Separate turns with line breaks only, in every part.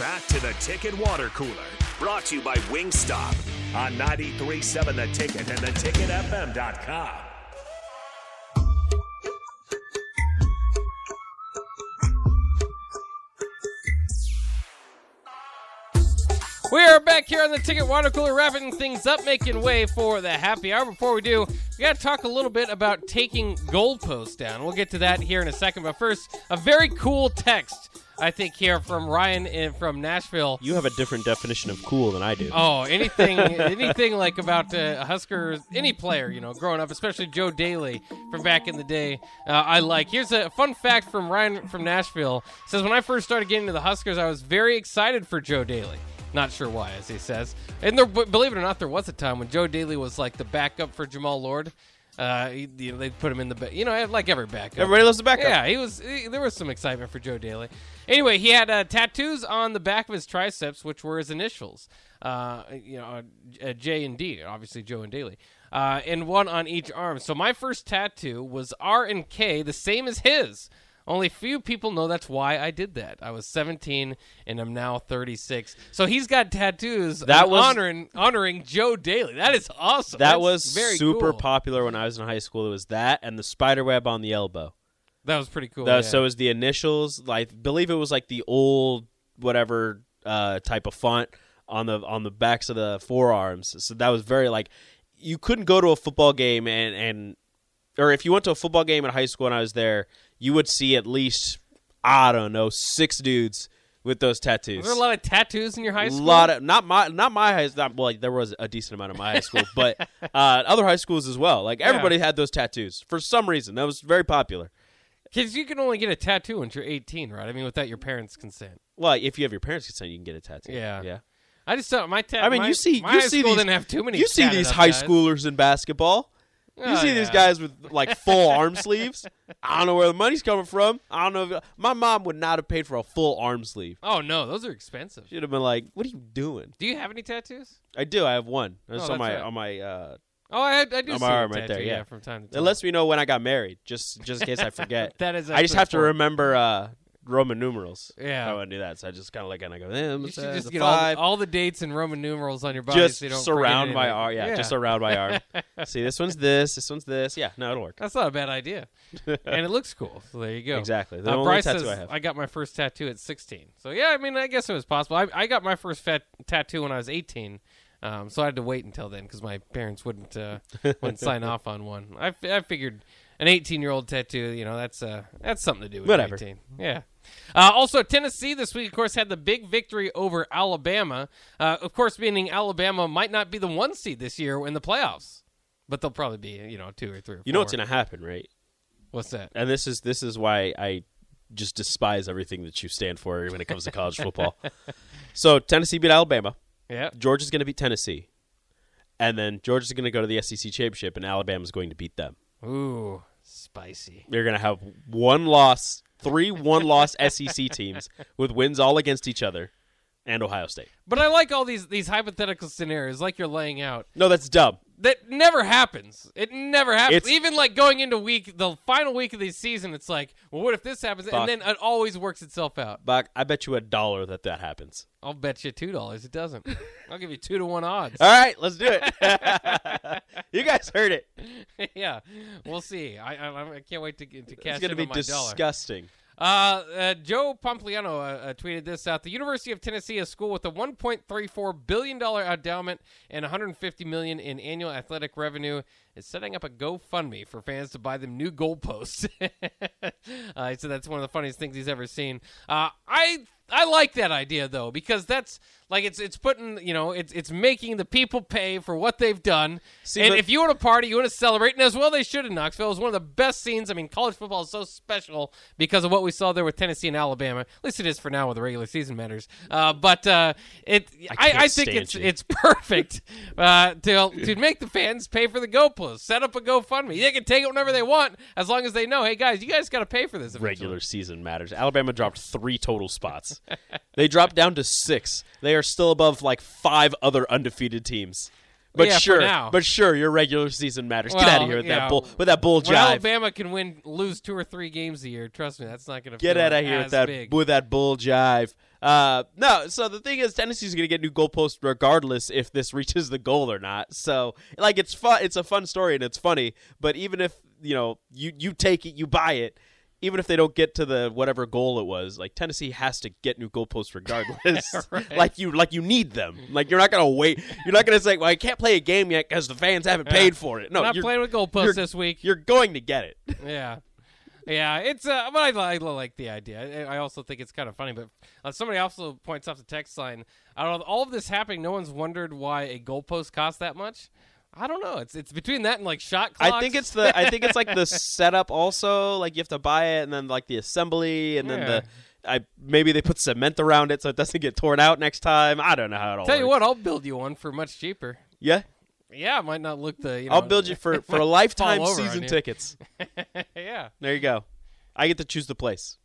Back to the Ticket Water Cooler, brought to you by Wingstop on 93.7 The Ticket and theticketfm.com.
We are back here on the Ticket Water Cooler, wrapping things up, making way for the happy hour. Before we do, we got to talk a little bit about taking goalposts down. We'll get to that here in a second, but first, a very cool text I think here from Ryan in, from Nashville.
You have a different definition of cool than I do.
Oh, anything, anything like about uh, Huskers, any player, you know, growing up, especially Joe Daly from back in the day, uh, I like. Here's a fun fact from Ryan from Nashville. It says when I first started getting into the Huskers, I was very excited for Joe Daly. Not sure why, as he says. And there, but believe it or not, there was a time when Joe Daly was like the backup for Jamal Lord. Uh, he- you know, they put him in the, ba- you know, like every backup.
Everybody loves the backup.
Yeah, he was. He, there was some excitement for Joe Daly. Anyway, he had uh, tattoos on the back of his triceps, which were his initials. Uh, you know, uh, J and D, obviously Joe and Daly, uh, and one on each arm. So my first tattoo was R and K, the same as his. Only few people know that's why I did that. I was 17 and I'm now 36. So he's got tattoos
That was-
honoring honoring Joe Daly. That is awesome.
That
That's
was
very
super
cool.
popular when I was in high school. It was that and the spider web on the elbow.
That was pretty cool.
That-
Oh, yeah.
So it was the initials. Like, believe it was like the old whatever uh, type of font on the on the backs of the forearms. So that was very like you couldn't go to a football game and and or if you went to a football game in high school and I was there, you would see at least I don't know six dudes with those tattoos.
Were there a lot of tattoos in your high school?
lot of not my not my high not, well like, there was a decent amount of my high school but uh, other high schools as well like everybody had those tattoos for some reason that was very popular
Because you can only get a tattoo once you're 18, right? I mean, without your parents' consent.
well if you have your parents consent you can get a tattoo
Yeah.
yeah
I just thought my tattoo.
I mean
my,
you see
my
you
high
see
school
these
didn't have too many.
you see
tatted
these
up
high
guys.
schoolers in basketball you
Oh,
see these
yeah.
guys with like full arm sleeves I don't know where the money's coming from I don't know if, my mom would not have paid for a full arm sleeve
Oh no, those are expensive.
she'd have been like what are you doing
Do you have any tattoos?
I do I have one it's
Oh, that's
on my
right.
on my uh,
Oh, I, I do
On
see
my
a
arm right
tattoo,
there, yeah.
from time to time.
It lets me know when I got married, just just in case I forget.
That is
I just
actually
have to
important.
remember uh, Roman numerals.
Yeah.
I wouldn't do that. So I just kind of like and I go, eh,
you
it's,
should
uh, it's
just
a
get all,
five.
the- all the dates and Roman numerals on your body
just
so you don't forget
surround my
anything.
arm. Yeah, just around my arm. See, this one's this. This one's this. Yeah, no, it'll work.
That's not a bad idea, and it looks cool. So there you go.
Exactly. The
Uh,
only
Bryce
tattoo
says,
I have.
got my first tattoo at 16. So yeah, I mean, I guess it was possible. I, I got my first fat tattoo when I was 18. Um, so I had to wait until then because my parents wouldn't uh, wouldn't sign off on one. I, fi- I figured an 18 year old tattoo, you know, that's uh, that's something to do with
Whatever.
18. Yeah. Uh, also, Tennessee this week, of course, had the big victory over Alabama. Uh, of course, meaning Alabama might not be the one seed this year in the playoffs, but they'll probably be, you know, two or three. Or
You know what's
four.
gonna happen, right?
What's that?
And this is this is why I just despise everything that you stand for when it comes to college football. So Tennessee beat Alabama.
Yeah.
Georgia's gonna beat Tennessee, and then Georgia's gonna go to the SEC championship, and Alabama's going to beat them.
Ooh, spicy.
they're going to have one loss, three one loss SEC teams with wins all against each other and Ohio State.
But I like all these these hypothetical scenarios, like you're laying out.
No, that's dumb.
That never happens. It never happens.
It's-
Even like going into week, the final week of the season, it's like, well, what if this happens?
Fuck.
And then it always works itself out.
Buck, I bet you a dollar that that happens.
I'll bet you two dollars it doesn't. I'll give you two to one odds.
All right, let's do it. you guys heard it.
yeah, we'll see. I, I I can't wait to get- to
It's
cash
going to
in
be
on my dollar.
disgusting.
Uh, uh, Joe Pompliano uh, uh, tweeted this out. The University of Tennessee is a school with a 1.34 billion dollar endowment and 150 million in annual athletic revenue is setting up a GoFundMe for fans to buy them new goalposts. uh, so that's one of the funniest things he's ever seen. Uh, I I like that idea though because that's like it's it's putting you know it's it's making the people pay for what they've done.
See,
and
but-
if you want to party, you want to celebrate, and as well they should in Knoxville. It was one of the best scenes. I mean, college football is so special because of what we saw there with Tennessee and Alabama. At least it is for now with the regular season matters. Uh, but uh, it, I, I,
can't
think
stand
it's
you.
it's perfect uh, to to make the fans pay for the GoPros. Set up a GoFundMe. They can take it whenever they want as long as they know, hey guys, you guys got to pay for this. eventually.
Regular season matters. Alabama dropped three total spots. they dropped down to six. They are still above like five other undefeated teams. But
Yeah, for
sure,
now.
but sure, your regular season matters. Get
Well,
out of here with
yeah.
that bull, with that bull
When
jive.
Alabama can win, lose two or three games a year, trust me, that's not going to
Get
feel
out of here with
as
that
Big.
with that bull jive. Uh, no, so the thing is, Tennessee's going to get new goalposts regardless if this reaches the goal or not. So, like, it's fun. It's a fun story and it's funny. But even if you know you you take it, you buy it. Even if they don't get to the whatever goal it was, like Tennessee has to get new goalposts regardless. Like you, like you need them. Like you're not gonna wait. You're not gonna say, "Well, I can't play a game yet because the fans haven't paid for it." No,
not
you're,
playing with
you're-
goalposts this week.
You're going to get it.
Yeah. Yeah, it's uh, but I, li- I like the idea. I, I also think it's kind of funny. But uh, somebody also points off the text line. I don't know. All of this happening, no one's wondered why a goalpost costs that much. I don't know. It's it's between that and like shot clocks.
I think it's the I think it's like the setup also like you have to buy it and then like the assembly and then
Yeah.
the I maybe they put cement around it so it doesn't get torn out next time. I don't know how it all
Tell you
works.
what, I'll build you one for much cheaper.
Yeah.
Yeah, it might not look the. You know,
I'll build you for for lifetime
over on
season
you.
tickets.
yeah.
There you go. I get to choose the place.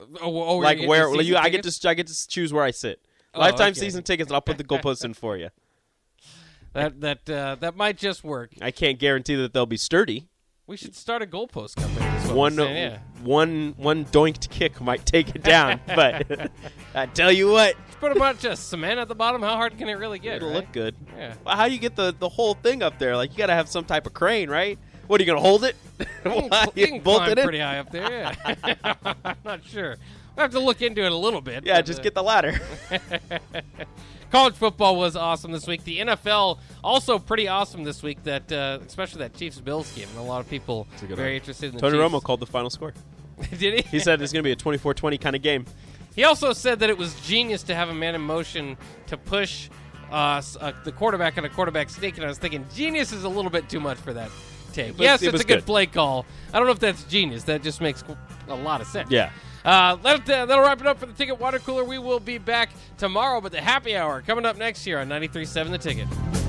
Oh, oh,
like
you
where
your
well,
season
you I get
tickets?
to I get to choose where I sit.
Oh,
lifetime
okay.
season tickets and I'll put the goalposts in for you.
that that uh, that might just work.
I can't guarantee that they'll be sturdy.
We should start a goalpost company. is what I'm
One,
saying, yeah.
one- one doinked kick might take it down, but I tell you what,
Just put a bunch of cement at the bottom. How hard can it really get?
it'll
right?
look good.
Yeah.
Well, how do you get the, the whole thing up there? Like you got to have some type of crane, right? What are you gonna hold it?
You
Why,
can, you can
bolt
climb
it in?
pretty high up there. Yeah. I'm not sure. We have to look into it a little bit.
Yeah,
but,
just
uh,
get the ladder.
college football was awesome this week. The NFL also pretty awesome this week. That uh, especially that Chiefs Bills game, and a lot of people
a good
very
one.
interested in the
Tony Romo
Chiefs.
called the final score.
Did he?
He said it's gonna be a 24-20 kind of game.
He also said that it was genius to have a man in motion to push uh, s- uh, the quarterback on a quarterback sneak, and I was thinking genius is a little bit too much for that take.
was-
yes,
it
it's
was
a good,
good.
play call. I don't know if that's genius. That just makes qu- a lot of sense.
Yeah.
Uh, that, uh, that'll wrap it up for the Ticket Water Cooler. We will be back tomorrow, but the happy hour coming up next year on 93.7 The Ticket.